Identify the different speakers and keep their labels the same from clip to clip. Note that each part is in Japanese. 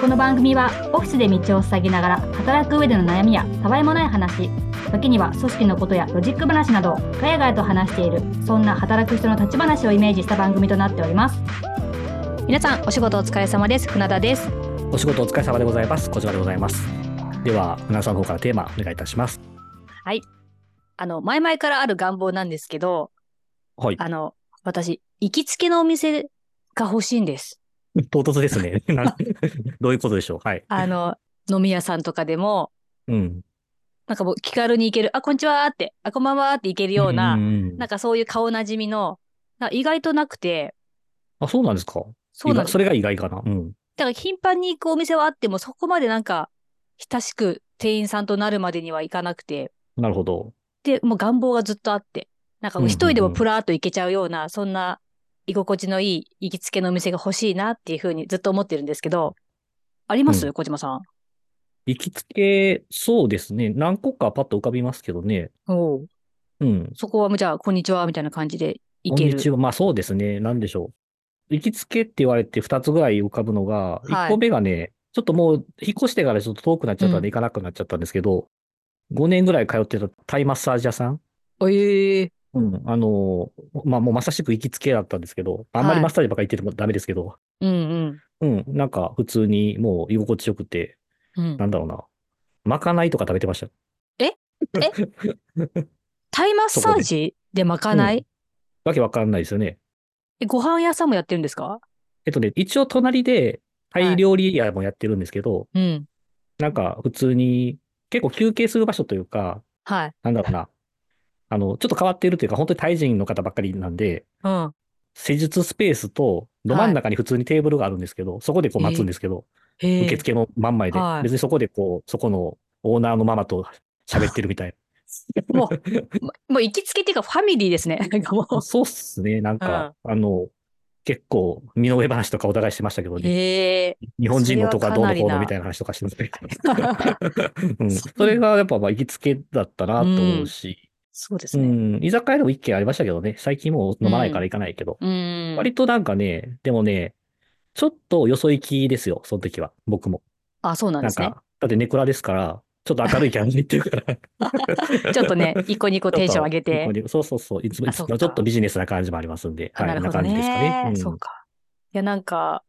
Speaker 1: この番組はオフィスで道を塞ぎながら働く上での悩みやたわいもない話時には組織のことやロジック話などをガヤガヤと話しているそんな働く人の立ち話をイメージした番組となっております皆さんお仕事お疲れ様です船田です
Speaker 2: お仕事お疲れ様でございます。小島でございます。では、皆さんの方からテーマお願いいたします。
Speaker 1: あの前々からある願望なんですけど
Speaker 2: はい。
Speaker 1: あの私行きつけのお店が欲しいんです
Speaker 2: 唐突で すね。なんどういうことでしょう。はい。
Speaker 1: あの飲み屋さんとかでも
Speaker 2: うん。
Speaker 1: なんかもう気軽に行けるあこんにちはってあこんばんはって行けるような、
Speaker 2: んん
Speaker 1: なんかそういう顔なじみの、なんか意外となくて、
Speaker 2: あ、そうなんですか。
Speaker 1: そうなん
Speaker 2: 意外
Speaker 1: です。
Speaker 2: それが意外かな。うん。
Speaker 1: だから頻繁に行くお店はあっても、そこまでなんか、親しく店員さんとなるまでにはいかなくて、
Speaker 2: なるほど。
Speaker 1: で、もう願望がずっとあって、なんか
Speaker 2: うんうん
Speaker 1: 一
Speaker 2: うん
Speaker 1: 人でもプラーっと行けちゃうような、そんな居心地のいい行きつけのお店が欲しいなっていうふうにずっと思ってるんですけど、あります、
Speaker 2: う
Speaker 1: 小島さん。
Speaker 2: 行きつけ、そうですね。何個かパッと浮かびますけどね。
Speaker 1: おう
Speaker 2: うん。
Speaker 1: そこはもうじゃあ、こんにちは、みたいな感じで行
Speaker 2: こん
Speaker 1: け
Speaker 2: に
Speaker 1: る。
Speaker 2: ちは。まあそうですね。なんでしょう。行きつけって言われて2つぐらい浮かぶのが、
Speaker 1: はい
Speaker 2: 1個目がね、ちょっともう引っ越してからちょっと遠くなっちゃったんで行かなくなっちゃったんですけど、5年ぐらい通ってたタイマッサージ屋さん。
Speaker 1: ええ
Speaker 2: うん、あのーまあ、もうまさしく行きつけだったんですけど、あんま
Speaker 1: は
Speaker 2: り
Speaker 1: い
Speaker 2: マッサージばっかり行っててもダメですけど、
Speaker 1: うん
Speaker 2: うん、なんか普通にもう居心地よくて、
Speaker 1: うん。うん
Speaker 2: な、んだろうな、まかないとか食べてました。
Speaker 1: タイマッサージでまかない、
Speaker 2: うんわけわかんないですよね。
Speaker 1: えご飯屋さんもやってるんですか
Speaker 2: えっとね、一応隣でタ
Speaker 1: はい
Speaker 2: イ料理屋もやってるんですけど、
Speaker 1: うん。
Speaker 2: なんか普通に結構休憩する場所というか、
Speaker 1: はい。
Speaker 2: なんだろうな、あの、ちょっと変わってるというか、本当にタイ人の方ばっかりなんで、
Speaker 1: うん。
Speaker 2: 施術スペースとど真ん中に普通にテーブルがあるんですけど、そこでこう待つんですけど、
Speaker 1: へえ
Speaker 2: 受付の真ん前で、
Speaker 1: はい
Speaker 2: 別にそこでこう、そこのオーナーのママと喋ってる みたい
Speaker 1: もう、 まもう行きつけっていうかファミリーですね。なんかも
Speaker 2: な。そうっすね、なんか、あの、結構、身の上話とかお互いしてましたけど
Speaker 1: う。
Speaker 2: ね。
Speaker 1: へえ。
Speaker 2: 日本人のとかどうの
Speaker 1: それは
Speaker 2: こ
Speaker 1: かなり
Speaker 2: う
Speaker 1: な
Speaker 2: のみたいな話とかして ましたけど。うんそれがやっぱまあ行きつけだったなと思うし、
Speaker 1: そうです
Speaker 2: うん
Speaker 1: ね。
Speaker 2: 居酒屋でも一軒ありましたけどね、最近もう飲まないから行かないけど、
Speaker 1: うん。
Speaker 2: 割となんかね、でもね、ちょっとよそ行きですよ、その時は、僕も。
Speaker 1: あ、そうなんで
Speaker 2: なん
Speaker 1: すね。
Speaker 2: か、だってネクラですから、ちょっと明るいキャラで行ってるから。
Speaker 1: ちょっと ね、一個二個テンション上げて。。
Speaker 2: そうそうそう。いつも
Speaker 1: あ
Speaker 2: いつ
Speaker 1: そ
Speaker 2: も
Speaker 1: うか
Speaker 2: ちょっとビジネスな感じもありますんで。
Speaker 1: あなる
Speaker 2: こん
Speaker 1: ほ
Speaker 2: な
Speaker 1: ど
Speaker 2: 感じですかね。
Speaker 1: ね。そうか。いや、なんか、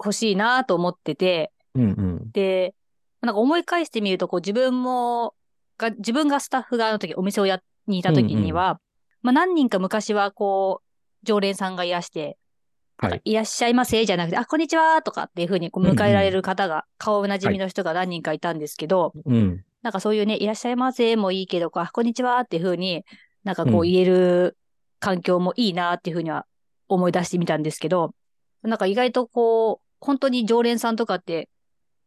Speaker 1: 欲しいなと思ってて、
Speaker 2: うん。うんうん。
Speaker 1: で、なんか思い返してみると、こう自分も、が、自分がスタッフ側の時、お店をや、にいた時には、まあ何人か昔はこう、常連さんがいらして、
Speaker 2: はい。
Speaker 1: いらっしゃいませじゃなくて、あ、こんにちはとかっていうふうにこう迎えられる方が、顔なじみの人が何人かいたんですけど、
Speaker 2: うん。
Speaker 1: なんかそういうね、いらっしゃいませもいいけど、こうあ、こんにちはっていうふうに、なんかこう
Speaker 2: うん
Speaker 1: 言える環境もいいなっていうふうには思い出してみたんですけど、なんか意外とこう、本当に常連さんとかって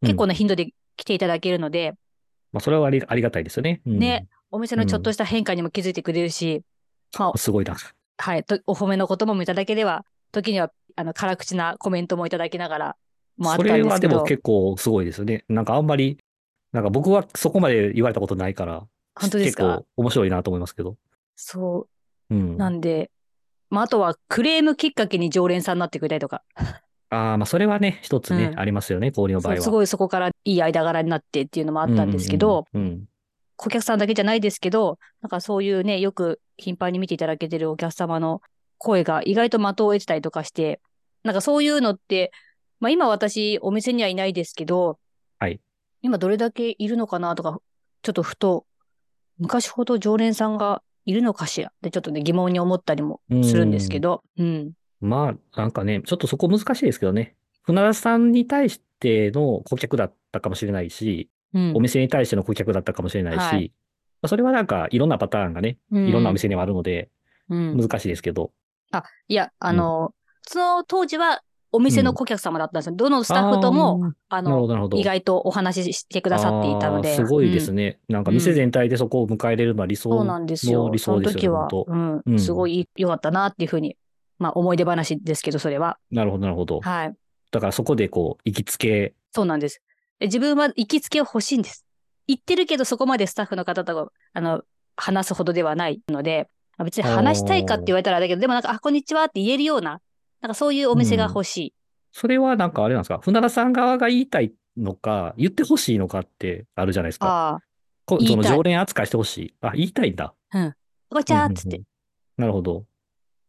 Speaker 1: 結構な頻度で来ていただけるので、
Speaker 2: まあ、それはありありがたいですよね。うん
Speaker 1: ね。お店のちょっとした変化にも気づいてくれるし、まあ
Speaker 2: すごいな。
Speaker 1: はい、とお褒めの言葉もいただければ、時にはあの辛口なコメントもいただきながらもあっ
Speaker 2: そ
Speaker 1: たんですけ
Speaker 2: れ
Speaker 1: ど。
Speaker 2: はでも結構すごいですよね。なんかあんまり、なんか僕はそこまで言われたことないから、
Speaker 1: 本当ですか
Speaker 2: 結構面白いなと思いますけど。
Speaker 1: そうう。
Speaker 2: ん。
Speaker 1: なんで、まあ、あとはクレームきっかけに常連さんになってくれたりとか、
Speaker 2: ああ、まあそれはね、一つね、
Speaker 1: うん
Speaker 2: ありますよね、氷の場
Speaker 1: そう
Speaker 2: 合は。
Speaker 1: すごいそこからいい間柄になってっていうのもあったんですけど、
Speaker 2: うんうんうん。うん
Speaker 1: お客さんだけじゃないですけど、なんかそういうね、よく頻繁に見ていただけてるお客様の声が意外と的を得てたりとかして、なんかそういうのって、まあ今私お店にはいないですけど、
Speaker 2: はい
Speaker 1: 今どれだけいるのかなとか、ちょっとふと、昔ほど常連さんがいるのかしらってちょっとね疑問に思ったりもするんですけど、うん。
Speaker 2: まあ、なんかね、ちょっとそこ難しいですけどね。船田さんに対しての顧客だったかもしれないし、
Speaker 1: うん
Speaker 2: お店に対しての顧客だったかもしれないし、
Speaker 1: はい
Speaker 2: まあそれはなんかいろんなパターンがね、いろんなお店にはあるので
Speaker 1: うん
Speaker 2: 難しいですけど、
Speaker 1: いや、あの、その当時はお店の顧客様だったんですよ。どのスタッフとも、あ
Speaker 2: あーなるほ
Speaker 1: の、
Speaker 2: ど、なるほど。
Speaker 1: 意外とお話ししてくださっていたの
Speaker 2: あ
Speaker 1: で。
Speaker 2: ーすごいです
Speaker 1: ね。
Speaker 2: ね。なんか店全体でそこを迎え入れるのは理想。
Speaker 1: そうなんですよ
Speaker 2: も。う理
Speaker 1: その
Speaker 2: 想ですよ
Speaker 1: 時は、
Speaker 2: 本当
Speaker 1: うん
Speaker 2: う、ん
Speaker 1: すごい良かったなっていうふうに、まあ思い出話ですけど、それは。
Speaker 2: なるほど、なるほど。
Speaker 1: はい。
Speaker 2: だからそこでこう、行きつけ、
Speaker 1: そうなんです。で自分は行きつけを欲しいんです。行ってるけど、そこまでスタッフの方と、あの、話すほどではないので、まあ別に話したいかって言われたらあれだけど、でもなんか、あ、こんにちはって言えるような、なんかそういうお店が欲しい。
Speaker 2: それはなんかあれなんですか船田さん側が言いたいのか、言ってほしいのかってあるじゃないですか。
Speaker 1: ああ、
Speaker 2: こ
Speaker 1: 言い
Speaker 2: そ
Speaker 1: たい
Speaker 2: の常連扱いしてほしい。あ、言いたいんだ。
Speaker 1: ごちゃーっつって。
Speaker 2: なるほど。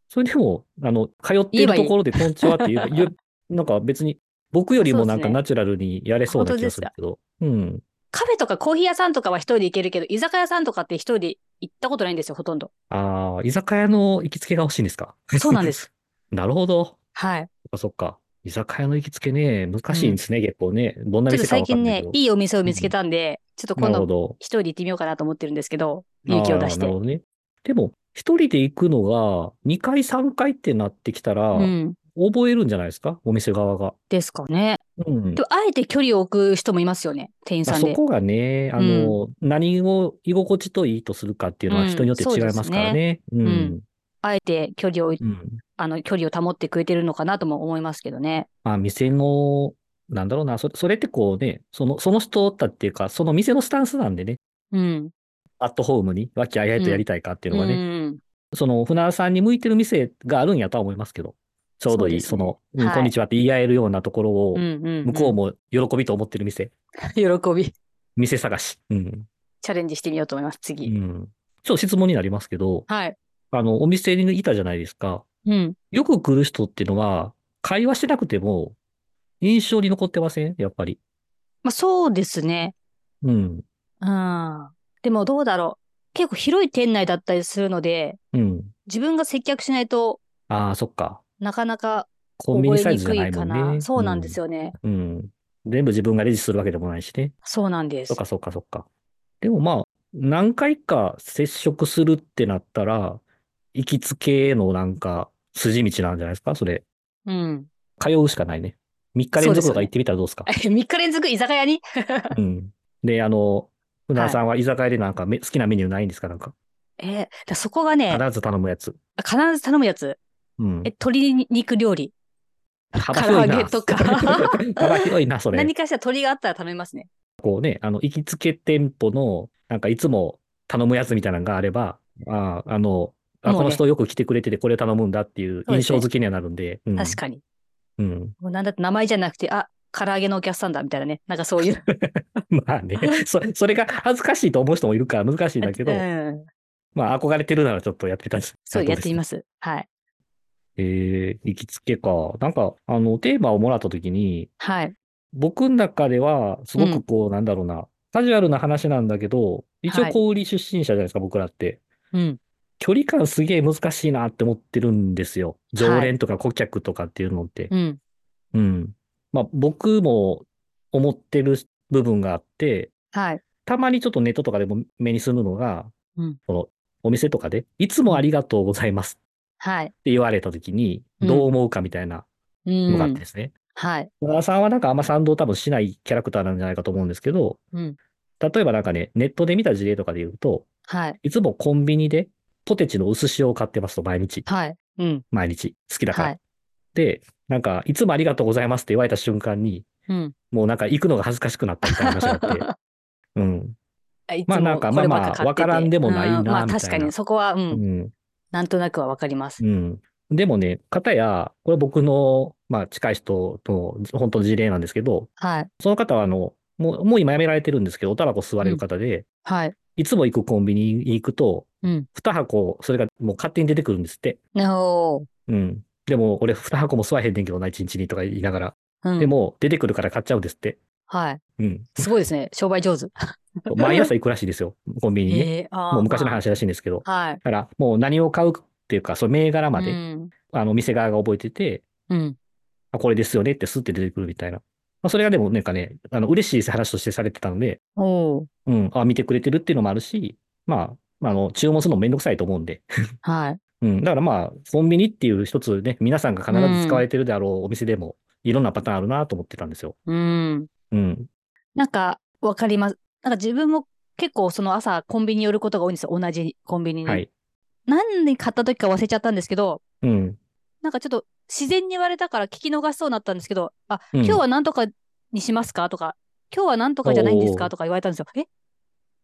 Speaker 2: それでも、あの、通って
Speaker 1: 言え
Speaker 2: い
Speaker 1: ば
Speaker 2: る
Speaker 1: いい
Speaker 2: ところでこんにちはって言えば、言うなんか別に、僕よりもなん
Speaker 1: そうです
Speaker 2: か
Speaker 1: ね
Speaker 2: ナチュラルにやれそうな気がするけど。うん。
Speaker 1: カフェとかコーヒー屋さんとかは一人で行けるけど、居酒屋さんとかって一人で行ったことないんですよ、ほとんど。
Speaker 2: ああ、居酒屋の行きつけが欲しいんですか
Speaker 1: そうなんです。
Speaker 2: なるほど。
Speaker 1: はい。
Speaker 2: そっかそっか。居酒屋の行きつけね、難しいんですね、結構ね。どんな
Speaker 1: ちょっと
Speaker 2: 店か
Speaker 1: 最
Speaker 2: わか
Speaker 1: 近
Speaker 2: んない
Speaker 1: ね
Speaker 2: けど、。
Speaker 1: いいお店を見つけたんで、ちょっと今
Speaker 2: なる
Speaker 1: 度
Speaker 2: ほど。
Speaker 1: 一人で行ってみようかなと思ってるんですけど、勇気を出し
Speaker 2: あー
Speaker 1: て
Speaker 2: なる。ほどね。でも、一人で行くのが、2回、3回ってなってきたら、
Speaker 1: うん。
Speaker 2: 覚えるんじゃないですかお店側が。
Speaker 1: ですかね。
Speaker 2: うん。
Speaker 1: でも、あえて距離を置く人もいますよね、店員
Speaker 2: まあ
Speaker 1: さん
Speaker 2: そ
Speaker 1: で。
Speaker 2: こがね、あの、何を居心地といいとするかっていうの
Speaker 1: う
Speaker 2: は
Speaker 1: ん
Speaker 2: 人によって違いますからね。うんん。
Speaker 1: あえて距離を置い、
Speaker 2: うん
Speaker 1: あの、距離を保ってくれてるのかなとも思いますけどね。
Speaker 2: まあ、店の、なんだろうな、それ、それってこうね、その、その人だっていうか、その店のスタンスなんでね、
Speaker 1: うん。
Speaker 2: アットホームに、和気あいあいとやりたいかっていうのはね、
Speaker 1: うん。
Speaker 2: その、船田さんに向いてる店があるんやとは思いますけど、ちょうどいい、
Speaker 1: そ
Speaker 2: そう
Speaker 1: ですね
Speaker 2: の、うん
Speaker 1: はい
Speaker 2: こんにちはって言い合えるようなところを、
Speaker 1: うんうん。
Speaker 2: 向こうも喜びと思ってる店、
Speaker 1: 喜び。
Speaker 2: 店探し。うん。
Speaker 1: チャレンジしてみようと思います、
Speaker 2: う
Speaker 1: 次。
Speaker 2: ん。ちょっと質問になりますけど、
Speaker 1: はい。
Speaker 2: あの、お店にいたじゃないですか。
Speaker 1: うん。
Speaker 2: よく来る人っていうのは、会話してなくても、印象に残ってませんやっぱり。
Speaker 1: まあ、そうですね。
Speaker 2: う
Speaker 1: う
Speaker 2: ん。
Speaker 1: ん。でも、どうだろう。結構広い店内だったりするので、
Speaker 2: うん。
Speaker 1: 自分が接客しないと
Speaker 2: ああ、そっか。
Speaker 1: なかなか
Speaker 2: コンビニ
Speaker 1: 覚
Speaker 2: サ
Speaker 1: え
Speaker 2: イ
Speaker 1: に
Speaker 2: ズじゃ
Speaker 1: く
Speaker 2: ない
Speaker 1: い
Speaker 2: も
Speaker 1: か
Speaker 2: ん
Speaker 1: な。
Speaker 2: ね。
Speaker 1: そうなんです
Speaker 2: よ。
Speaker 1: よね。
Speaker 2: うん。全部自分がレジするわけでもないしね。
Speaker 1: そうなんです
Speaker 2: そっ。かそっかそっか。でもまあ、何回か接触するってなったら、行きつけのなんか、筋道なんじゃないですかそれ。
Speaker 1: うん。
Speaker 2: 通うしかないね。3日連続とか行ってみたらどうですか
Speaker 1: 3日連続居酒屋に
Speaker 2: うん。で、あの、船田さんは居酒屋でなんかめ、好きなメニューないんですかなんか。
Speaker 1: えーだそこがね
Speaker 2: 必、ず頼むやつ。
Speaker 1: 必ず頼むやつ。
Speaker 2: うん
Speaker 1: え、。鶏肉料理。
Speaker 2: 幅広い
Speaker 1: 唐揚
Speaker 2: な。
Speaker 1: げとか
Speaker 2: 幅広いな、それ
Speaker 1: 何。かしら鶏があったら頼みますね。
Speaker 2: こうね、あの、行きつけ店舗の、なんかいつも頼むやつみたいなのがあれば、ああ、あの、あ
Speaker 1: もうね
Speaker 2: この人よく来てくれててこれ頼むんだっていう
Speaker 1: そうで
Speaker 2: 印
Speaker 1: すね
Speaker 2: 象付けにはなるんで。うん
Speaker 1: 確かに。
Speaker 2: うん。
Speaker 1: もうなんだって名前じゃなくて、あ、唐揚げのお客さんだ、みたいなね。なんかそういう。
Speaker 2: まあね、そそれが恥ずかしいと思う人もいるから難しいんだけ ど
Speaker 1: う、ん。
Speaker 2: まあ憧れてるならちょっとやってみたんです。
Speaker 1: そう、やってみ
Speaker 2: す
Speaker 1: ます。はい。
Speaker 2: ええ行きつけか。なんか、あの、テーマをもらったときに、
Speaker 1: はい。
Speaker 2: 僕の中では、すご
Speaker 1: うん
Speaker 2: くこう、なんだろうな、カジュアルな話なんだけど、一応
Speaker 1: はい
Speaker 2: 小売り出身者じゃないですか、僕らって。
Speaker 1: うん。
Speaker 2: 距離感すげえ難しいなって思ってるんですよ。常
Speaker 1: はい
Speaker 2: 連とか顧客とかっていうのって。
Speaker 1: うん。
Speaker 2: うん。まあ、僕も思ってる部分があって、
Speaker 1: はい。
Speaker 2: たまにちょっとネットとかでも目にするのが、
Speaker 1: うん
Speaker 2: この、お店とかで、いつもありがとうございます
Speaker 1: はい。
Speaker 2: って言われたときに、
Speaker 1: うん
Speaker 2: どう思うかみたいな
Speaker 1: う
Speaker 2: のがあって
Speaker 1: ん。
Speaker 2: ですね。
Speaker 1: はい。
Speaker 2: 小川さんはなんかあんま賛同多分しないキャラクターなんじゃないかと思うんですけど、
Speaker 1: うん。
Speaker 2: 例えばなんかね、ネットで見た事例とかで言うと、
Speaker 1: はい。
Speaker 2: いつもコンビニでポテチの薄塩を買ってますと、毎日、
Speaker 1: はい。うん。
Speaker 2: 毎日、好きだから。
Speaker 1: はい。
Speaker 2: で、なんか、いつもありがとうございますって言われた瞬間に、
Speaker 1: うん。
Speaker 2: もうなんか行くのが恥ずかしくなったみたいな話があ って、うん。
Speaker 1: いつ
Speaker 2: まあ
Speaker 1: も
Speaker 2: なんか
Speaker 1: こればっ
Speaker 2: まあま
Speaker 1: 買っ
Speaker 2: あ
Speaker 1: てて
Speaker 2: わからんでもないな
Speaker 1: うんまあ
Speaker 2: みたいな
Speaker 1: 確かに、そこは、う。
Speaker 2: うんん。
Speaker 1: なんとなくはわかります。
Speaker 2: うん。でもね、かたや、これ僕の、まあ近い人との本当の事例なんですけど、
Speaker 1: はい。
Speaker 2: その方はあの、もう、もう今やめられてるんですけど、おタバコ吸われる方で、
Speaker 1: はい。
Speaker 2: いつも行くコンビニに行くと、
Speaker 1: うん。
Speaker 2: 2箱、それがもう勝手に出てくるんですって。
Speaker 1: おー
Speaker 2: うん。でも、俺2箱も吸わへんねんけどな、1日にとか言いながら。
Speaker 1: うん。
Speaker 2: で、も、出てくるから買っちゃうんですって。
Speaker 1: はい。
Speaker 2: うん。
Speaker 1: すごいですね。商売上手。
Speaker 2: 毎朝行くらしいで すよ、コンビニにね。
Speaker 1: えーあー
Speaker 2: もう昔の話らしいんですけど。
Speaker 1: まあはい。
Speaker 2: だから、もう何を買うっていうか、その銘柄ま
Speaker 1: う
Speaker 2: で、
Speaker 1: ん。
Speaker 2: あの、店側が覚えてて、
Speaker 1: うん。
Speaker 2: あ、これですよねってスッて出てくるみたいな。まあ、それがでもなんかね、あの、嬉しい話としてされてたので、
Speaker 1: おー
Speaker 2: うん、あ、見てくれてるっていうのもあるし、まあ、あの、注文するのもめんどくさいと思うんで、
Speaker 1: はい。
Speaker 2: うん、だからまあ、コンビニっていう一つね、皆さんが必ず使われてるであろうお店でも、いろんなパターンあるなと思ってたんですよ。
Speaker 1: うん。
Speaker 2: うん。
Speaker 1: なんか、わかります。なんか自分も結構その朝コンビニ寄ることが多いんですよ。同じコンビニに。
Speaker 2: はい。
Speaker 1: 何に買った時か忘れちゃったんですけど、
Speaker 2: うん。
Speaker 1: なんかちょっと自然に言われたから聞き逃しそうになったんですけど、あ、
Speaker 2: うん
Speaker 1: 今日は何とかにしますかとか、今日は何とかじゃないんです
Speaker 2: お
Speaker 1: か
Speaker 2: ー
Speaker 1: とか言われたんですよ。え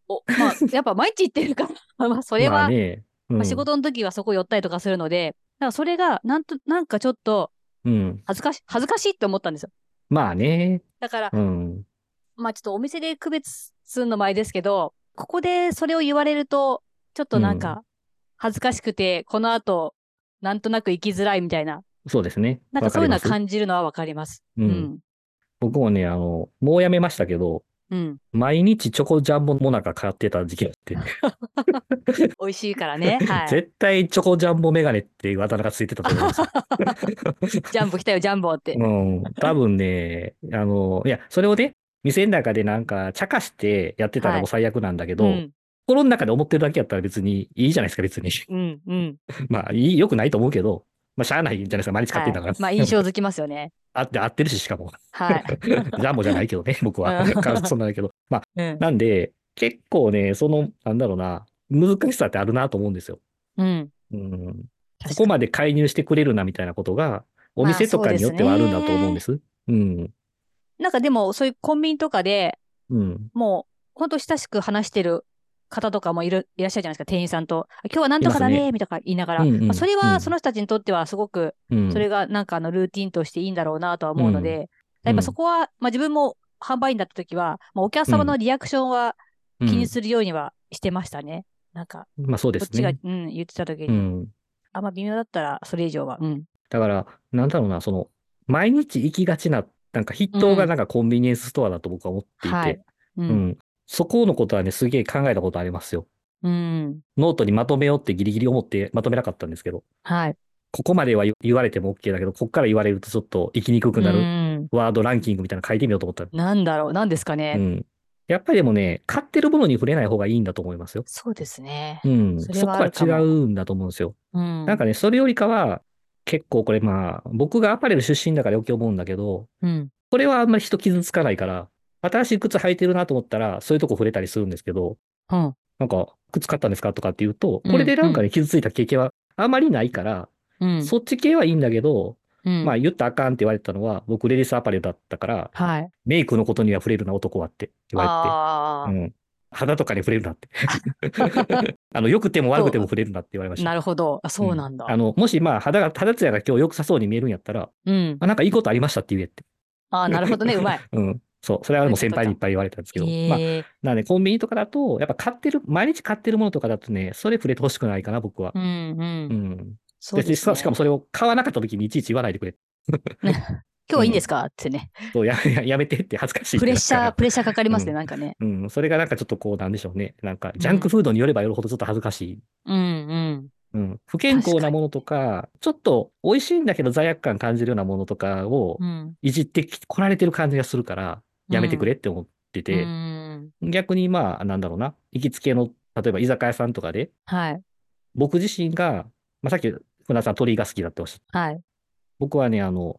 Speaker 1: お、 まあ、やっぱ毎日言ってるから、 まあ、それ
Speaker 2: まあ
Speaker 1: は、
Speaker 2: ね、うん
Speaker 1: まあ仕事の時はそこ寄ったりとかするので、だからそれが、なんと、なんかちょっと、
Speaker 2: うん。
Speaker 1: 恥ずかし、恥ずかしいって思ったんですよ。
Speaker 2: まあね。
Speaker 1: だから、
Speaker 2: うん。
Speaker 1: まあちょっとお店で区別するのもあれですけど、ここでそれを言われると、ちょっとなん
Speaker 2: う
Speaker 1: か、恥ずかしくて、この後、なんとなく生きづらいみたいな、
Speaker 2: そうですね。
Speaker 1: なんかそういうのは
Speaker 2: わり
Speaker 1: 感じるのはわかります。う
Speaker 2: ますうん。
Speaker 1: ん。
Speaker 2: 僕もね、あの、もうやめましたけど、
Speaker 1: うん。
Speaker 2: 毎日チョコジャンボモナカ買ってた時期があって、
Speaker 1: 美味しいからね。はい。
Speaker 2: 絶対チョコジャンボメガネっていうあだ名がついてたと思うんですよ。
Speaker 1: ジャンボ来たよ、ジャンボって。
Speaker 2: うん。多分ね、あの、いや、それをね、店の中でなんか、茶化してやってたら
Speaker 1: はい
Speaker 2: もう最悪なんだけ
Speaker 1: う
Speaker 2: ど、
Speaker 1: ん。
Speaker 2: 心の中で思ってるだけやったら別にいいじゃないですか、別に。
Speaker 1: うん。うん。
Speaker 2: まあ、いい、良くないと思うけど、まあ、しゃあないじゃないですか、毎日買ってんだから。
Speaker 1: まあ印象づきますよね。
Speaker 2: あって、合ってるし、しか も。
Speaker 1: はい。
Speaker 2: ジャンボじゃない けどね、僕は。
Speaker 1: うん
Speaker 2: 感想なんだけど。まあ、
Speaker 1: うん。
Speaker 2: なんで、結構ね、その、なんだろうな、難しさってあるなと思うんですよ。
Speaker 1: うん。
Speaker 2: うん。こ
Speaker 1: 確か
Speaker 2: こ
Speaker 1: に
Speaker 2: まで介入してくれるな、みたいなことが、お店とかによってはあるんだと思うんです。うん。
Speaker 1: なんかでも、そういうコンビニとかで、
Speaker 2: うん。
Speaker 1: もう、ほんと親しく話してる方とかもいる、いらっしゃるじゃないですか、店員さんと。あ今日はなんとかだ
Speaker 2: います
Speaker 1: ね、みたいな言いながら。
Speaker 2: うんうん
Speaker 1: まあそれ
Speaker 2: う
Speaker 1: は、
Speaker 2: ん
Speaker 1: その人たちにとっては、すごく、
Speaker 2: うん。
Speaker 1: それがなんかあの、ルーティンとしていいんだろうなとは思うので、
Speaker 2: うん
Speaker 1: やっぱそこは、まあ自分も販売員だった時は、まあお客様のリアクションは
Speaker 2: うん
Speaker 1: 気にするようにはしてましたね。なんか、
Speaker 2: まあそうで
Speaker 1: こっ
Speaker 2: す
Speaker 1: ちが、
Speaker 2: ね。
Speaker 1: うん、言ってた時に、
Speaker 2: うん。
Speaker 1: あんま微妙だったら、それ以上は、うん。
Speaker 2: だから、なんだろうな、その、毎日行きがちな、なんか筆頭がなんかコンビニエンスストアだと僕は思っていて、
Speaker 1: はい。う。
Speaker 2: うんん。そこのことはね、すげえ考えたことありますよ。
Speaker 1: うん。
Speaker 2: ノートにまとめようってギリギリ思ってまとめなかったんですけど、
Speaker 1: はい。
Speaker 2: ここまでは言言われても OK だけど、こっから言われるとちょっと生きにくくな
Speaker 1: う
Speaker 2: る
Speaker 1: ん。
Speaker 2: ワードランキングみたいなの書いてみようと思った。
Speaker 1: なんだろう、なんですか
Speaker 2: う
Speaker 1: ね。
Speaker 2: ん。やっぱりでもね、買ってるものに触れない方がいいんだと思いますよ。
Speaker 1: そうですね。
Speaker 2: うん。
Speaker 1: そ
Speaker 2: そ
Speaker 1: れはあるか
Speaker 2: こ
Speaker 1: も
Speaker 2: は違うんだと思うんですよ。
Speaker 1: うん。
Speaker 2: なんかね、それよりかは、結構これまあ、僕がアパレル出身だから余計思うんだけど、
Speaker 1: うん。
Speaker 2: これはあんまり人傷つかないから、新しい靴履いてるなと思ったら、そういうとこ触れたりするんですけど、
Speaker 1: うん。
Speaker 2: なんか、靴買ったんですかとかって言うと、
Speaker 1: うん
Speaker 2: これでなんかね、傷ついた経験はあまりないから、
Speaker 1: うん。
Speaker 2: そっち系はいいんだけど、
Speaker 1: うん。
Speaker 2: まあ言ったらあかんって言われたのは、僕レディースアパレルだったから、
Speaker 1: はい。
Speaker 2: メイクのことには触れるな男はって言わ
Speaker 1: あ
Speaker 2: れて、うん。肌とかに触れるなって。 あの、良くても悪くても触れるなって言われま
Speaker 1: あ、
Speaker 2: した
Speaker 1: な。るほど。あ、そうなんだ
Speaker 2: あ。の、もしまあ肌が、肌ツヤが今日良くさそうに見えるんやったら、
Speaker 1: うん。
Speaker 2: あ、なんかいいことありましたって言えって。
Speaker 1: あーなるほど ね。うまい。
Speaker 2: うん。そう。それはもう先輩にいっぱい言われたんですけど、まあ、
Speaker 1: ええ。
Speaker 2: なんでコンビニとかだと、やっぱ買ってる、毎日買ってるものとかだとね、それ触れてほしくないかな、僕は
Speaker 1: う。んう。
Speaker 2: うんん。
Speaker 1: そうですね。
Speaker 2: しかもそれを買わなかった時にいちいち言わないでくれ。
Speaker 1: 今日はいいんですかってね。
Speaker 2: そうや ややめてって恥ずかしいっ
Speaker 1: プ
Speaker 2: て
Speaker 1: レッ
Speaker 2: なる
Speaker 1: シ
Speaker 2: か
Speaker 1: ャー、
Speaker 2: ら。
Speaker 1: プレッシャーかかりますね。
Speaker 2: うん
Speaker 1: なんかね。
Speaker 2: うん、それがなんかちょっとこう、なんでしょうね。なんか、
Speaker 1: ん
Speaker 2: ジャンクフードによればよるほどちょっと恥ずかしい。
Speaker 1: うん
Speaker 2: うん。不健康なものとか、ちょっと美味しいんだけど罪悪感感じるようなものとかを
Speaker 1: うん。うん。
Speaker 2: いじってき来られてる感じがするから、やめてくれって思って
Speaker 1: う
Speaker 2: て、
Speaker 1: ん。
Speaker 2: 逆にまあ、なんだろうな、行きつけの、例えば居酒屋さんとかで、
Speaker 1: はい。
Speaker 2: 僕自身が、まあ、さっき、船田さん鳥が好きだっておっしゃった。
Speaker 1: はい。
Speaker 2: 僕はね、あの、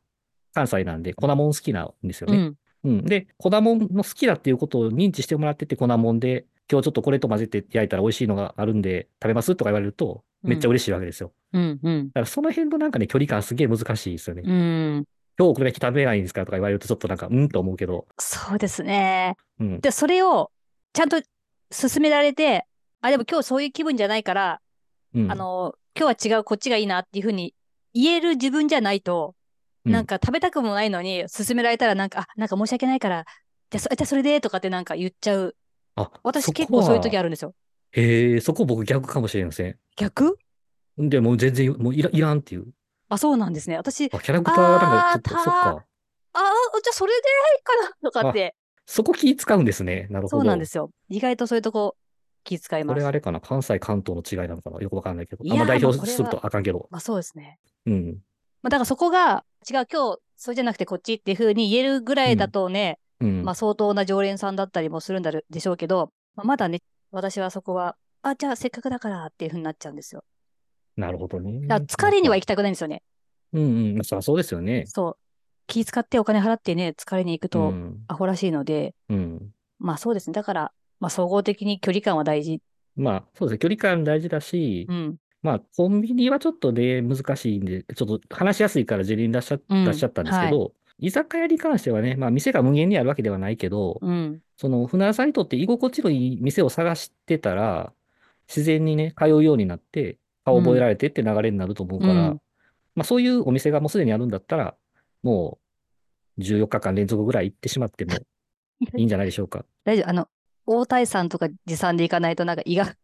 Speaker 2: 関西なんで、粉もん好きなんですよ
Speaker 1: う
Speaker 2: ね。
Speaker 1: ん。
Speaker 2: うん、で、粉もんの好きだっていうことを認知してもらってて、粉もんで、今日ちょっとこれと混ぜて焼いたら美味しいのがあるんで、食べますとか言われると、めっちゃ嬉しいわけですよ。
Speaker 1: うん。うん。
Speaker 2: だからその辺のなんかね、距離感すげえ難しいですよね。
Speaker 1: うん。
Speaker 2: 今日これだけ食べないんですかとか言われると、ちょっとなんか、うんと思うけど、
Speaker 1: そうですね。
Speaker 2: うん。
Speaker 1: で、それを、ちゃんと勧められて、あ、でも今日そういう気分じゃないから、
Speaker 2: うん、
Speaker 1: あの、今日は違う、こっちがいいなっていうふうに言える自分じゃないと、
Speaker 2: うん
Speaker 1: なんか食べたくもないのに、勧められたらなんか、あ、なんか申し訳ないから、じゃあそ、じゃあそれでとかってなんか言っちゃう。
Speaker 2: あ、
Speaker 1: 私結構そういう時
Speaker 2: あ
Speaker 1: あるんですよ。
Speaker 2: へえ、そこ僕逆かもしれません。
Speaker 1: 逆
Speaker 2: でもう全然、もういらいらんっていう。
Speaker 1: あ、そうなんですね。私、
Speaker 2: あ、キャラクターなんかちょっ
Speaker 1: あー
Speaker 2: と、そっ
Speaker 1: ター
Speaker 2: か。
Speaker 1: あ、あじゃあそれでいいかなとかって、
Speaker 2: そこ気使うんですね。なるほど。
Speaker 1: そうなんですよ。意外とそういうとこ気遣い
Speaker 2: こ
Speaker 1: ま
Speaker 2: れ
Speaker 1: す。
Speaker 2: あれかな関西、関東の違いなのかなよくわかんないけど。
Speaker 1: いや
Speaker 2: あんま代
Speaker 1: ま
Speaker 2: 表
Speaker 1: あこれは
Speaker 2: するとあかんけど。
Speaker 1: まあそうですね。
Speaker 2: うん。
Speaker 1: まあだからそこが、違う、今日、それじゃなくてこっちっていうふうに言えるぐらいだとね、
Speaker 2: うん。
Speaker 1: まあ、相当な常連さんだったりもするんだるでしょうけど、まあ、まだね、私はそこは、あ、じゃあせっかくだからっていうふうになっちゃうんですよ。
Speaker 2: なるほどね。
Speaker 1: だから疲れには
Speaker 2: 行
Speaker 1: 行きたくないんですよね。
Speaker 2: うんうん。そりゃそうですよね。
Speaker 1: そう。気使ってお金払ってね、疲れに行く
Speaker 2: う
Speaker 1: と
Speaker 2: ん。
Speaker 1: アホらしいので、
Speaker 2: うん。
Speaker 1: まあそうですね。だから、まあ総合的に距離感は大事。
Speaker 2: まあ、そうですね。距離感大事だし
Speaker 1: う、ん。
Speaker 2: まあ、コンビニはちょっとね、難しいんで、ちょっと話しやすいから事例に出しちゃ
Speaker 1: うん
Speaker 2: 出しちゃったんですけど、居酒屋に関してはね、まあ、店が無限にあるわけではないけど、
Speaker 1: うん。
Speaker 2: その、船田さんにとって居心地のいい店を探してたら、自然にね、通うようになって、顔覚えられてって流れになると思うか
Speaker 1: うんう
Speaker 2: ら
Speaker 1: ん、
Speaker 2: まあ、そういうお店がもうすでにあるんだったら、もう14日間連続ぐらい行ってしまっ てもいいんじゃないでしょうか。
Speaker 1: 大丈夫。あの、大体さんとか持参で行かないとなんか胃が、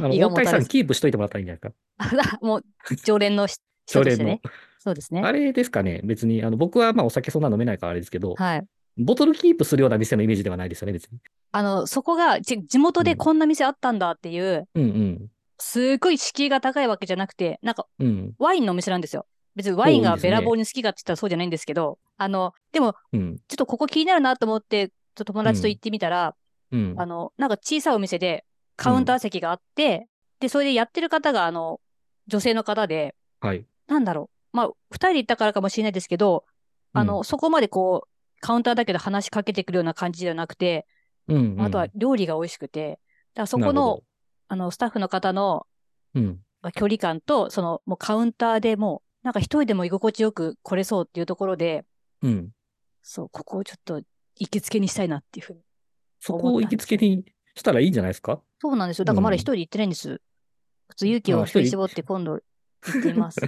Speaker 2: あの、
Speaker 1: 胃が
Speaker 2: 大
Speaker 1: もたれ
Speaker 2: 谷
Speaker 1: ず
Speaker 2: さんキープしといてもらったらいいんじゃないか。
Speaker 1: あらもう常連の 人
Speaker 2: そ
Speaker 1: と
Speaker 2: れ
Speaker 1: して
Speaker 2: の
Speaker 1: ね。。そうですね。
Speaker 2: あれですかね、別に、あの、僕はまあお酒そんな飲めないからあれですけど、
Speaker 1: はい。
Speaker 2: ボトルキープするような店のイメージではないですよね、別に。
Speaker 1: あの、そこが、ち地元でこんな店あったんだっていう、
Speaker 2: うん
Speaker 1: すごい敷居が高いわけじゃなくて、なんか
Speaker 2: うん。うん。
Speaker 1: ワインのお店なんですよ。別にワイン
Speaker 2: おい
Speaker 1: が
Speaker 2: いです
Speaker 1: べ
Speaker 2: ね
Speaker 1: らぼうに好きかって言ったらそうじゃないんですけど、あの、でも、
Speaker 2: うん。
Speaker 1: ちょっとここ気になるなと思って、ちょっと友達と行ってみたら、
Speaker 2: うん。
Speaker 1: あの、なんか小さいお店でカウンター席があって、で、それでやってる方が、あの、女性の方で、
Speaker 2: はい。
Speaker 1: なんだろう。まあ、二人で行ったからかもしれないですけど、あの、そこまでこう、カウンターだけど話しかけてくるような感じではなくて、
Speaker 2: うん、うんうん
Speaker 1: あとは料理が美味しくて、だからそこ
Speaker 2: なる
Speaker 1: の
Speaker 2: ほ、
Speaker 1: あの、スタッフの方の
Speaker 2: どうん。
Speaker 1: まあ距離感と、その、もうカウンターでもう、なんか一人でも居心地よく来れそうっていうところで、
Speaker 2: うん。
Speaker 1: そう、ここをちょっと行きつけにしたいなっていうふうに。
Speaker 2: そこを行きつけにしたらいいんじゃないですか
Speaker 1: そうなんですよ。だからまだ一人行ってないんです。普通勇気
Speaker 2: あ
Speaker 1: を振
Speaker 2: 一人
Speaker 1: り絞って今度行ってみ ます。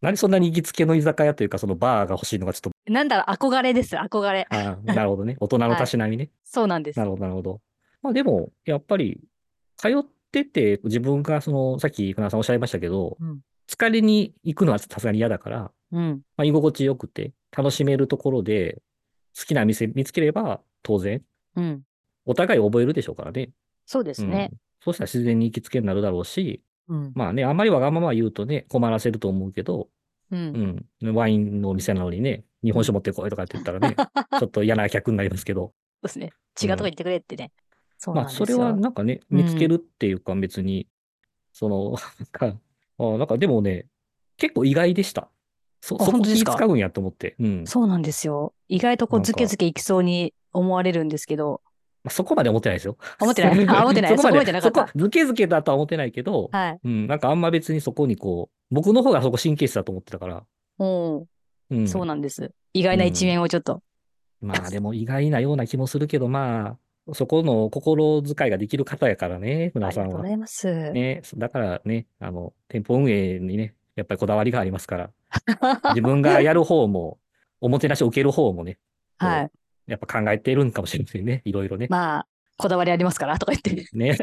Speaker 2: なんでそんなに行きつけの居酒屋というか、そのバーが欲しいのがちょっと、
Speaker 1: なんだろう、憧れです、憧れ。
Speaker 2: ああ、なるほどね。大人のたしなみね。
Speaker 1: そうなんです
Speaker 2: な。るほど、なるほど。まあでも、やっぱり、通ってて、自分が、その、さっき、船田さんおっしゃいましたけど、
Speaker 1: うん
Speaker 2: 疲れに行くのはさすがに嫌だから、
Speaker 1: うん。
Speaker 2: まあ、居心地よくて、楽しめるところで、好きな店見つければ、当然、
Speaker 1: うん。
Speaker 2: お互い覚えるでしょうからね。
Speaker 1: そうですね。
Speaker 2: うん。そうしたら自然に行きつけになるだろうし、
Speaker 1: うん。
Speaker 2: まあね、あんまりわがまま言うとね、困らせると思うけど、
Speaker 1: う。
Speaker 2: うんん。ワインのお店なのにね、日本酒持ってこいとかって言った らね、ちょっと嫌な客になりますけど、
Speaker 1: そうですね。違うとこ行ってくれってね。そうなん
Speaker 2: まあ、
Speaker 1: です
Speaker 2: そ
Speaker 1: よ。
Speaker 2: れはなんかね、
Speaker 1: うん
Speaker 2: 見つけるっていうか別に、その、なんか、あなんかでもね、結構意外でした。そ、
Speaker 1: あ
Speaker 2: そこ
Speaker 1: 本当で
Speaker 2: 気
Speaker 1: すか
Speaker 2: 使うんやと思って。うん。
Speaker 1: そうなんですよ。意外とこう、
Speaker 2: なんか
Speaker 1: ずけずけいきそうに思われるんですけど、
Speaker 2: まあ、そこまで思ってないですよ。
Speaker 1: 思ってないあ思ってない
Speaker 2: そこま
Speaker 1: そこまで
Speaker 2: で、
Speaker 1: じゃなかった
Speaker 2: そこずけずけだとは思ってないけど、
Speaker 1: はい。
Speaker 2: うん、なんかあんま別にそこにこう、僕の方がそこ神経質だと思ってたから、
Speaker 1: うん。
Speaker 2: うん。
Speaker 1: そうなんです。意外な一面をちょっと。
Speaker 2: まあでも意外なような気もするけど、まあ、そこの心遣いができる方やからね、
Speaker 1: あ
Speaker 2: 船
Speaker 1: り
Speaker 2: さ
Speaker 1: が
Speaker 2: ん
Speaker 1: とうご
Speaker 2: は
Speaker 1: ざ。います。
Speaker 2: ね、だからね、あの、店舗運営にね、やっぱりこだわりがありま すから、自分がやる方も、おもてなしを受ける方もね、
Speaker 1: はい。
Speaker 2: やっぱ考えてるんかもしれませんね、いろいろね。
Speaker 1: まあ、こだわりありますからとか言って、
Speaker 2: ね。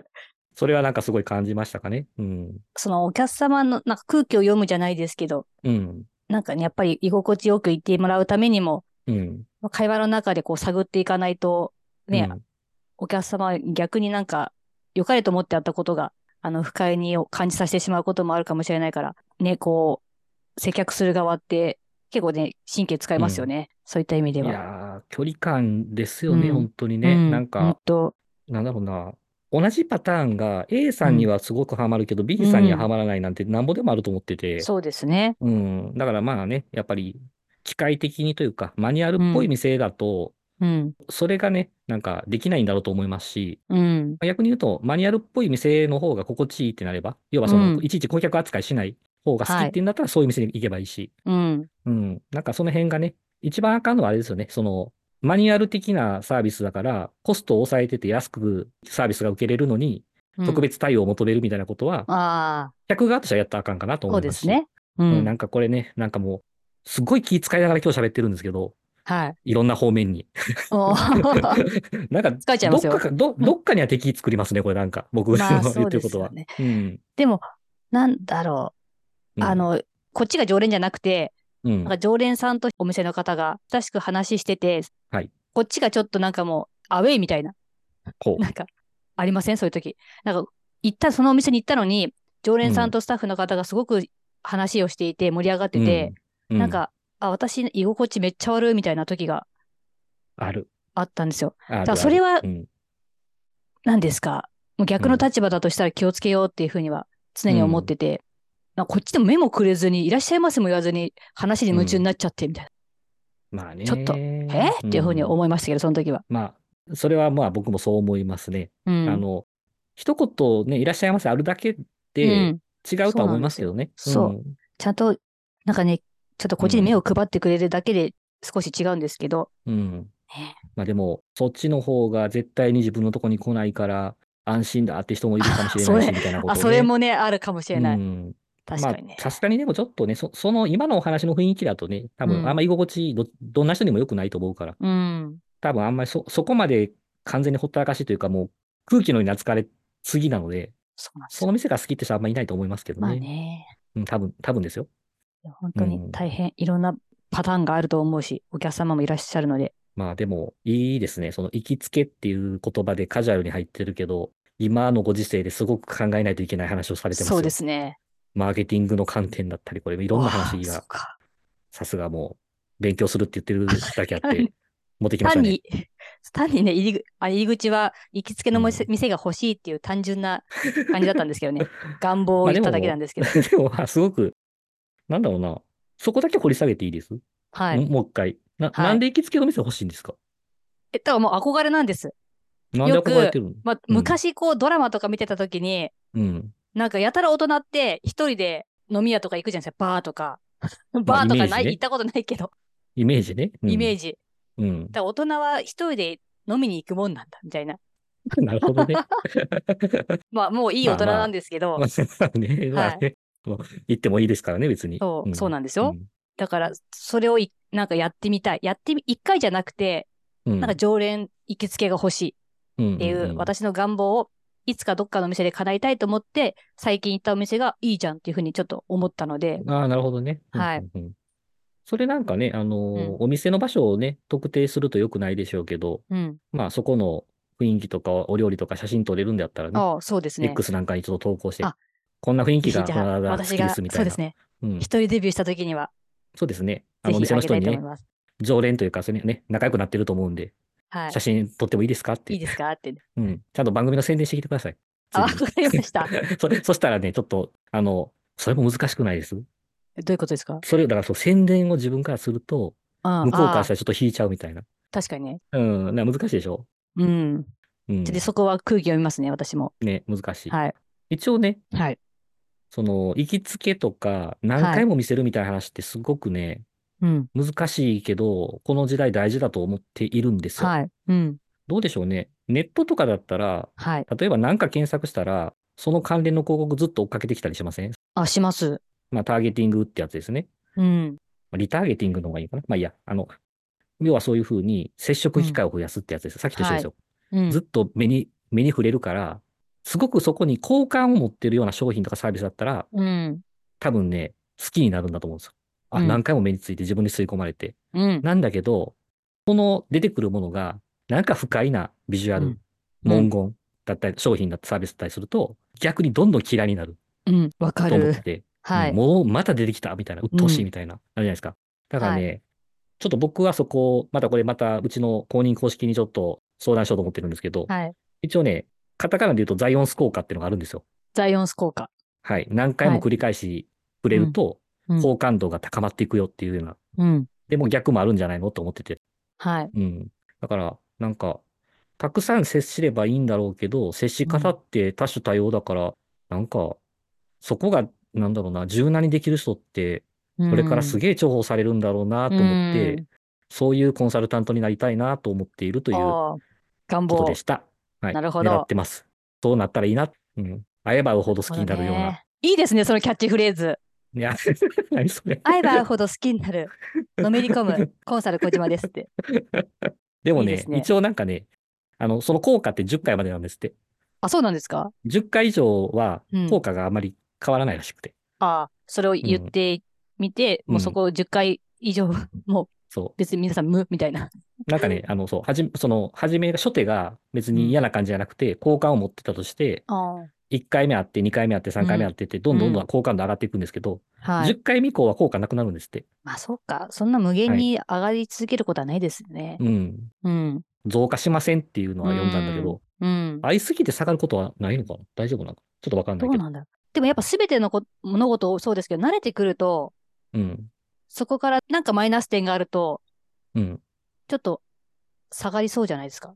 Speaker 2: それはなんかすごい感じましたかね。うん。
Speaker 1: そのお客様のなんか空気を読むじゃないですけど、
Speaker 2: うん。
Speaker 1: なんかね、やっぱり居心地よく言ってもらうためにも、
Speaker 2: うん。
Speaker 1: まあ会話の中でこう探っていかないと、ね、
Speaker 2: うん
Speaker 1: お客様は逆になんか良かれと思ってやったことが、あの、不快にを感じさせてしまうこともあるかもしれないから、ね、こう、接客する側って結構ね、神経使いますよね。そういった意味で
Speaker 2: い
Speaker 1: は。
Speaker 2: やー、距離感ですよね、
Speaker 1: うん
Speaker 2: 本当にね。
Speaker 1: うん
Speaker 2: なん
Speaker 1: ほ
Speaker 2: か、
Speaker 1: と、
Speaker 2: なんだろうな。同じパターンが A さんにはすごくハマるけど、B さんにはハマらないなんてなんぼでもあると思ってて。
Speaker 1: そうですね。
Speaker 2: うん。だからまあね、やっぱり機械的にというか、マニュアルっぽい店だと、
Speaker 1: うん。
Speaker 2: それがね、なんかできないんだろうと思いますし、
Speaker 1: うん。
Speaker 2: 逆に言うと、マニュアルっぽい店の方が心地いいってなれば、要はその、
Speaker 1: うん
Speaker 2: いちいち顧客扱いしない方が好きっていうんだったら、そういう店に行けばいいし、
Speaker 1: うん。
Speaker 2: うん。なんかその辺がね、一番あかんのはあれですよね。その、マニュアル的なサービスだから、コストを抑えてて安くサービスが受けれるのに、
Speaker 1: うん
Speaker 2: 特別対応を求めるみたいなことは、
Speaker 1: ああ、
Speaker 2: 客側としてはやったらあかんかなと
Speaker 1: そ
Speaker 2: 思
Speaker 1: う
Speaker 2: い
Speaker 1: で
Speaker 2: ます
Speaker 1: す
Speaker 2: し。
Speaker 1: ね。う
Speaker 2: うん。
Speaker 1: ん。
Speaker 2: なんかこれね、なんかもう、すごい気遣いながら今日喋ってるんですけど、
Speaker 1: はい。
Speaker 2: いろんな方面に。
Speaker 1: おー
Speaker 2: なんか、
Speaker 1: 疲れちゃいますよ
Speaker 2: どっかかど、どっかには敵作りますね、これなんか。僕の
Speaker 1: まあ
Speaker 2: 言ってることは。
Speaker 1: そうで
Speaker 2: うん。
Speaker 1: でも、なんだろ
Speaker 2: う
Speaker 1: う。
Speaker 2: ん
Speaker 1: あ、の、こっちが常連じゃなくて、
Speaker 2: うん
Speaker 1: なんか常連さんとお店の方が親しく話してて、
Speaker 2: はい
Speaker 1: こっちがちょっとなんかもう、アウェイみたいな、
Speaker 2: こう
Speaker 1: なんか、ありませんそういう時。なんか、行った、そのお店に行ったのに、常連さんとスタッフの方がすごく話をしていて、盛り上がってて、
Speaker 2: うん
Speaker 1: なん、
Speaker 2: う
Speaker 1: か、あ、私、居心地めっちゃ悪いみたいな時が
Speaker 2: ある。
Speaker 1: あったんですよ。
Speaker 2: あるあ
Speaker 1: だ
Speaker 2: る。
Speaker 1: それは
Speaker 2: うん
Speaker 1: 何ですかもう逆の立場だとしたら気をつけようっていうふうには常に思ってて、なんかこっちでも目もくれずに、いらっしゃいませも言わずに話に夢中になっちゃってみたい
Speaker 2: まあね。
Speaker 1: ちょっとな。えーっていうふうに
Speaker 2: ん
Speaker 1: 思いましたけど、その時は。
Speaker 2: まあ、それはまあ僕もそう思いますね。
Speaker 1: うん。
Speaker 2: あの、一言ね、いらっしゃいませあるだけ
Speaker 1: う
Speaker 2: で
Speaker 1: ん、
Speaker 2: 違うとは思いますけどね。
Speaker 1: そうなん
Speaker 2: ん
Speaker 1: ちゃんと、なんかね、ちょっとこっちに目を配ってくれるだけで少し違うんですけど、
Speaker 2: うん
Speaker 1: ね。
Speaker 2: まあでも、そっちの方が絶対に自分のとこに来ないから安心だって人もいるかもし
Speaker 1: あ
Speaker 2: れない
Speaker 1: それ
Speaker 2: し、みたいなことを
Speaker 1: あ、それ
Speaker 2: ね
Speaker 1: もね、あるかもしれない。
Speaker 2: うん
Speaker 1: 確
Speaker 2: ま
Speaker 1: か
Speaker 2: あ
Speaker 1: にね、。
Speaker 2: さすがにでもちょっとね、そその今のお話の雰囲気だとね、多
Speaker 1: う
Speaker 2: 分
Speaker 1: ん
Speaker 2: あんま居心地ど、どんな人にも良くないと思うから、
Speaker 1: うん。
Speaker 2: 多分あんまりそ、そこまで完全にほったらかしというか、もう空気のように扱われすぎなので、
Speaker 1: そうなんです
Speaker 2: そ
Speaker 1: よ
Speaker 2: の店が好きって人はあんまりいないと思いますけど
Speaker 1: まあ
Speaker 2: ね。
Speaker 1: ね。
Speaker 2: うん、多分、多分ですよ。
Speaker 1: 本当に大変いろんなパターンがあると思うし、お客様もいらっしゃるので。
Speaker 2: まあでも、いいですね。その行きつけっていう言葉でカジュアルに入ってるけど、今のご時世ですごく考えないといけない話をされてますよ
Speaker 1: そうですね。
Speaker 2: マーケティングの観点だったり、これい
Speaker 1: ど
Speaker 2: ろんな話
Speaker 1: そう
Speaker 2: が、
Speaker 1: か。
Speaker 2: さすがもう、勉強するって言ってる だけあって、持ってきました
Speaker 1: 単
Speaker 2: ね。
Speaker 1: に、 単にね、入りぐあ入り口は行きつけの店,、
Speaker 2: う
Speaker 1: 店が欲しいっていう単純な感じだったんですけ どね。願望を言っただけなんですけど。
Speaker 2: でも、まあすごく、なんだろうな。そこだけ掘り下げていいです
Speaker 1: は
Speaker 2: も
Speaker 1: い。
Speaker 2: もう一回。な、
Speaker 1: はい
Speaker 2: なんで行きつけの店欲しいんですか
Speaker 1: えっと、もう憧れなんです。
Speaker 2: なんで憧れてるの
Speaker 1: まあ、
Speaker 2: うん
Speaker 1: 昔、こう、ドラマとか見てた時に、
Speaker 2: うん。
Speaker 1: なんかやたら大人って一人で飲み屋とか行くじゃないですか。バーとか。バーとか
Speaker 2: まあ
Speaker 1: な
Speaker 2: イメージ
Speaker 1: い、
Speaker 2: ね
Speaker 1: 行ったことないけど、
Speaker 2: イメージね。うん
Speaker 1: イメージ。
Speaker 2: うん。
Speaker 1: だ から大人は一人で飲みに行くもんなんだ、みたいな。
Speaker 2: なる ほどね。
Speaker 1: まあ、もういい大人なんですけど、
Speaker 2: まあね、まあね。もう行ってもいいですからね、別に。
Speaker 1: そう、
Speaker 2: ん
Speaker 1: そうなんです
Speaker 2: う
Speaker 1: よ。
Speaker 2: ん
Speaker 1: だから、それをいなんかやってみたい。やってみ、一回じゃなくて、
Speaker 2: うん
Speaker 1: なんか常連行きつけが欲しいっていう、
Speaker 2: んんん
Speaker 1: 私の願望を、いつかどっかのお店で叶えたいと思って、最近行ったお店がいいじゃんっていうふうにちょっと思ったので、
Speaker 2: ああ、なるほどね。
Speaker 1: はい
Speaker 2: うんうんうん。それなんかね、あのー
Speaker 1: うん
Speaker 2: お店の場所をね、特定すると良くないでしょうけど、
Speaker 1: うん。
Speaker 2: まあそこの雰囲気とかお料理とか写真撮れるんだったらね、
Speaker 1: ああ、そうですね。
Speaker 2: X なんかにちょっと投稿して
Speaker 1: あ、
Speaker 2: こんな雰囲気
Speaker 1: ぜ
Speaker 2: が
Speaker 1: ひじゃあ、
Speaker 2: この間好
Speaker 1: 私
Speaker 2: き
Speaker 1: が、
Speaker 2: ですみ
Speaker 1: そ
Speaker 2: た
Speaker 1: う
Speaker 2: い
Speaker 1: で
Speaker 2: な
Speaker 1: す。ね。
Speaker 2: うん
Speaker 1: 一。人デビューした時には、
Speaker 2: そうですね。あ
Speaker 1: ぜ
Speaker 2: のお
Speaker 1: ひ
Speaker 2: 店
Speaker 1: あ
Speaker 2: の
Speaker 1: げ
Speaker 2: 人
Speaker 1: たい
Speaker 2: に
Speaker 1: と思い
Speaker 2: ね、
Speaker 1: ます。
Speaker 2: 常連というか、それにね、仲良くなってると思うんで、
Speaker 1: はい
Speaker 2: 写。真撮ってもいいですかって。
Speaker 1: いいですか って。
Speaker 2: うん。ちゃんと番組の宣伝してきてください。
Speaker 1: あ、わ
Speaker 2: つい
Speaker 1: かりました。 ど
Speaker 2: にそれそしたらね、ちょっと、あの、それも難しくないです。
Speaker 1: ういうことですか
Speaker 2: それを、だからそう、宣伝を自分からすると、
Speaker 1: あ
Speaker 2: 向こうか
Speaker 1: あ
Speaker 2: らしたらちょっと引いちゃうみたいな。
Speaker 1: 確かにね。
Speaker 2: うん、な難しいでしょ
Speaker 1: うん。
Speaker 2: うん。
Speaker 1: で、そこは空気読みますね、私も。
Speaker 2: ね、難しい。
Speaker 1: はい。
Speaker 2: 一応ね、
Speaker 1: はい。
Speaker 2: その、行きつけとか、何回も見せるみたいな話ってすごくね、
Speaker 1: うん。
Speaker 2: 難しいけど、この時代大事だと思っているんですよ。
Speaker 1: はい。うん。
Speaker 2: どうでしょうね。ネットとかだったら、
Speaker 1: はい。
Speaker 2: 例えば何か検索したら、その関連の広告ずっと追っかけてきたりしません
Speaker 1: あ、します。
Speaker 2: まあ、ターゲティングってやつですね。
Speaker 1: うん。
Speaker 2: まあリターゲティングの方がいいかな。まあ、いいや、あの、要はそういうふうに接触機会を増やすってやつです。さっきと一緒ですよ。
Speaker 1: うん
Speaker 2: ずっ。と目に、目に触れるから、すごくそこに好感を持ってるような商品とかサービスだったら、
Speaker 1: うん。
Speaker 2: 多分ね、好きになるんだと思うんですよ。あ、
Speaker 1: うん
Speaker 2: 何回も目について自分に吸い込まれて。
Speaker 1: うん。
Speaker 2: なんだけど、この出てくるものが、なんか不快なビジュアル、
Speaker 1: うん
Speaker 2: 文言だったり、商品だったり、サービスだったりすると、逆にどんどん嫌いになる
Speaker 1: うん。わか
Speaker 2: と思っ
Speaker 1: る。
Speaker 2: て、
Speaker 1: は
Speaker 2: う
Speaker 1: い
Speaker 2: ん。もうまた出てきたみたいな、鬱陶しいみたいな、あるじゃないですか。だからね、ちょっと僕はそこを、またこれまたうちの公認公式にちょっと相談しようと思ってるんですけど、
Speaker 1: はい。
Speaker 2: 一応ね、カタカナで言うとザイオンス効果っていうのがあるんですよ。
Speaker 1: ザイオンス効果。
Speaker 2: はい。何回も繰り返し触れると、
Speaker 1: うん
Speaker 2: 好感度が高まっていくよっていうような。
Speaker 1: うん。
Speaker 2: でも逆もあるんじゃないのと思ってて。
Speaker 1: はい。
Speaker 2: うん。だから、なんか、たくさん接すればいいんだろうけど、接し方って多種多様だから、なんか、そこが、なんだろうな、柔軟にできる人って、これからす
Speaker 1: げ
Speaker 2: げえ重宝されるんだろうなと思って、そういうコンサルタントになりたいなと思っていると
Speaker 1: と
Speaker 2: いうこ
Speaker 1: 願
Speaker 2: と
Speaker 1: 望。
Speaker 2: でした。はい。
Speaker 1: なるほど
Speaker 2: 狙ってます。そうなったらいいな。うん。会えば会うほど好きになるよ
Speaker 1: そう
Speaker 2: う
Speaker 1: だ
Speaker 2: な。
Speaker 1: ねいいですね、そのキャッチフレーズ。
Speaker 2: いや、何それ。
Speaker 1: 会えば会うほど好きになる。のめり込 む。コンサル小島ですって。
Speaker 2: でも
Speaker 1: いい
Speaker 2: ね、
Speaker 1: ですね
Speaker 2: 一応なんかね、あの、その効果って10回までなんですって。
Speaker 1: あ、そうなんですか
Speaker 2: 10回以上は
Speaker 1: うん
Speaker 2: 効果があまり変わらないらしくて。
Speaker 1: あそれを言ってみて、
Speaker 2: うん
Speaker 1: もうそこを10回以上、もう
Speaker 2: そ
Speaker 1: 別に皆さん無みたいな。
Speaker 2: う。なんかね、あの、そう、はじ、その、始めが、初手が別に嫌な感じじゃなくて、好感を持ってたとして、1回目あって、2回目あって、3回目あってって、どんどんどんどん好感度上がっていくんですけど、
Speaker 1: はい。
Speaker 2: 10回目以降は効果なくなるんですって。
Speaker 1: まあそうか。そんな無限に上がり続けることはないですね。
Speaker 2: うん。
Speaker 1: うん。
Speaker 2: 増加しませんっていうのは読んだんだけど、
Speaker 1: うん。
Speaker 2: 会いすぎて下がることはないのかな大丈夫なのちょっとわかんな
Speaker 1: ど
Speaker 2: いうけど。
Speaker 1: なんだろう。でもやっぱ全てのこ物事をそうですけど、慣れてくると、
Speaker 2: うん。
Speaker 1: そこからなんかマイナス点があると、
Speaker 2: うん。
Speaker 1: ちょっと下がりそうじゃないですか。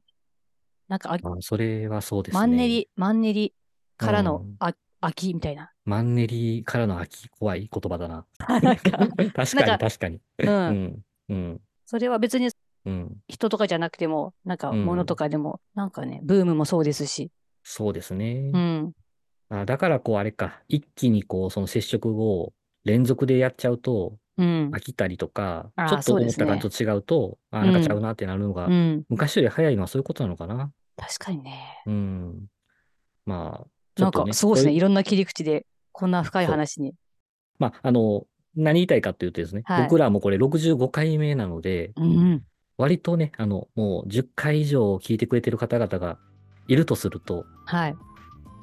Speaker 1: なんかあ、
Speaker 2: あそれはそうですね。
Speaker 1: マンネリ、マンネリからの
Speaker 2: うん
Speaker 1: あ、飽きみたいな。
Speaker 2: マンネリからの飽き、怖い言葉だな。
Speaker 1: なんか、
Speaker 2: 確
Speaker 1: な
Speaker 2: か
Speaker 1: ん
Speaker 2: に、
Speaker 1: か
Speaker 2: 確かに。
Speaker 1: う。
Speaker 2: うんん。うん。
Speaker 1: それは別に
Speaker 2: うん。
Speaker 1: 人とかじゃなくても、なんか
Speaker 2: うん
Speaker 1: 物とかでも、なんかね、ブームもそうですし。
Speaker 2: そうですね
Speaker 1: う。ん。
Speaker 2: あ、だからこうあれか、一気にこうその接触を連続でやっちゃうと
Speaker 1: うん。
Speaker 2: 飽きたりとか、
Speaker 1: あー
Speaker 2: ちょっと
Speaker 1: そう
Speaker 2: 思
Speaker 1: で
Speaker 2: っ
Speaker 1: すね
Speaker 2: た感じと違うと、あ、なんかちゃうなってなるのが、
Speaker 1: うん。
Speaker 2: 昔より早いのはそういうことなのかな。
Speaker 1: 確かにね。
Speaker 2: うん。まあ、ちょ
Speaker 1: な
Speaker 2: っ
Speaker 1: ん
Speaker 2: と
Speaker 1: か
Speaker 2: ね、、
Speaker 1: そうです
Speaker 2: こ
Speaker 1: ね。
Speaker 2: うい
Speaker 1: いうろんな切り口で、こんな深い話に。
Speaker 2: まあ、あの、何言いたいかっていうとですね、
Speaker 1: はい
Speaker 2: 僕らもこれ65回目なので、
Speaker 1: うんうん。
Speaker 2: 割とね、あの、もう10回以上聞いてくれてる方々がいるとすると、
Speaker 1: はい。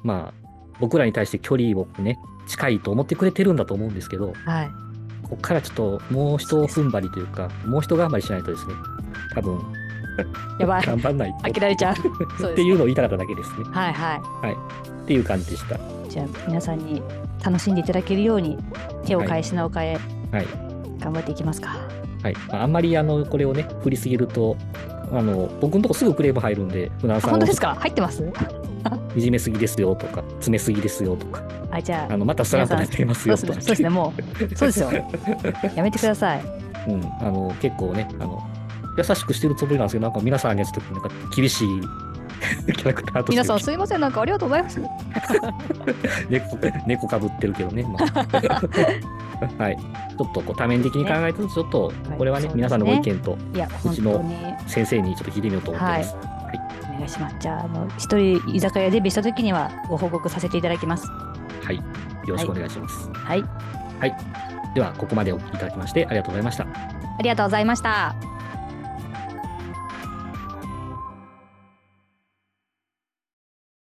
Speaker 2: まあ、僕らに対して距離をね、近いと思ってくれてるんだと思うんですけど、
Speaker 1: はい。
Speaker 2: ここからちょっともう一踏ん張りというか、もう一頑張りしないとですね、多分、
Speaker 1: やばい
Speaker 2: 頑張らないと。
Speaker 1: 飽きられち ゃう。そうですね
Speaker 2: っていうのを言いたかっただけですね。
Speaker 1: はいは
Speaker 2: っていう感じでした。
Speaker 1: い。じゃあ、皆さんに楽しんでいただけるように、手を変え、品を変え、
Speaker 2: はい。
Speaker 1: 頑張っていきますか。
Speaker 2: はい。まあ、あんまり、あの、これをね、振りすぎると、あの、僕のとこすぐクレーム入るんで、船田
Speaker 1: あ
Speaker 2: さん
Speaker 1: 本当
Speaker 2: を
Speaker 1: ですか入ってます
Speaker 2: いじめすぎですよとか、詰めすぎですよとか、
Speaker 1: あ、じゃ
Speaker 2: あ
Speaker 1: あ、
Speaker 2: の、またスランプになっちゃいます
Speaker 1: そう
Speaker 2: よ
Speaker 1: ですね。そ
Speaker 2: とか。
Speaker 1: うですね。もう、そうですよ。やめてください。
Speaker 2: うん、あの、結構ね、あの、優しくしてるつもりなんですけど、なんか皆さんにはちょっと、なんか厳しい キャラクターとして
Speaker 1: 皆さん、すいません。なんかありがとうございます。
Speaker 2: 猫、猫かぶってるけどね、まあ はい。ちょっとこう多面的に考えつつ、ちょっと、これはね、
Speaker 1: はい
Speaker 2: 皆さんのご
Speaker 1: そう
Speaker 2: 意
Speaker 1: です
Speaker 2: 見と
Speaker 1: いや、
Speaker 2: う
Speaker 1: 本
Speaker 2: ち
Speaker 1: 当
Speaker 2: の
Speaker 1: に。
Speaker 2: 先生にちょっと聞いてみようと思ってます。
Speaker 1: お願いします。じゃあ、あの、一人居酒屋デビューした時には、ご報告させていただきます。
Speaker 2: はい。よろしくお願いします。
Speaker 1: はい。
Speaker 2: では、ここまでお聞きいただきまして、ありがとうございました。
Speaker 1: ありがとうございました。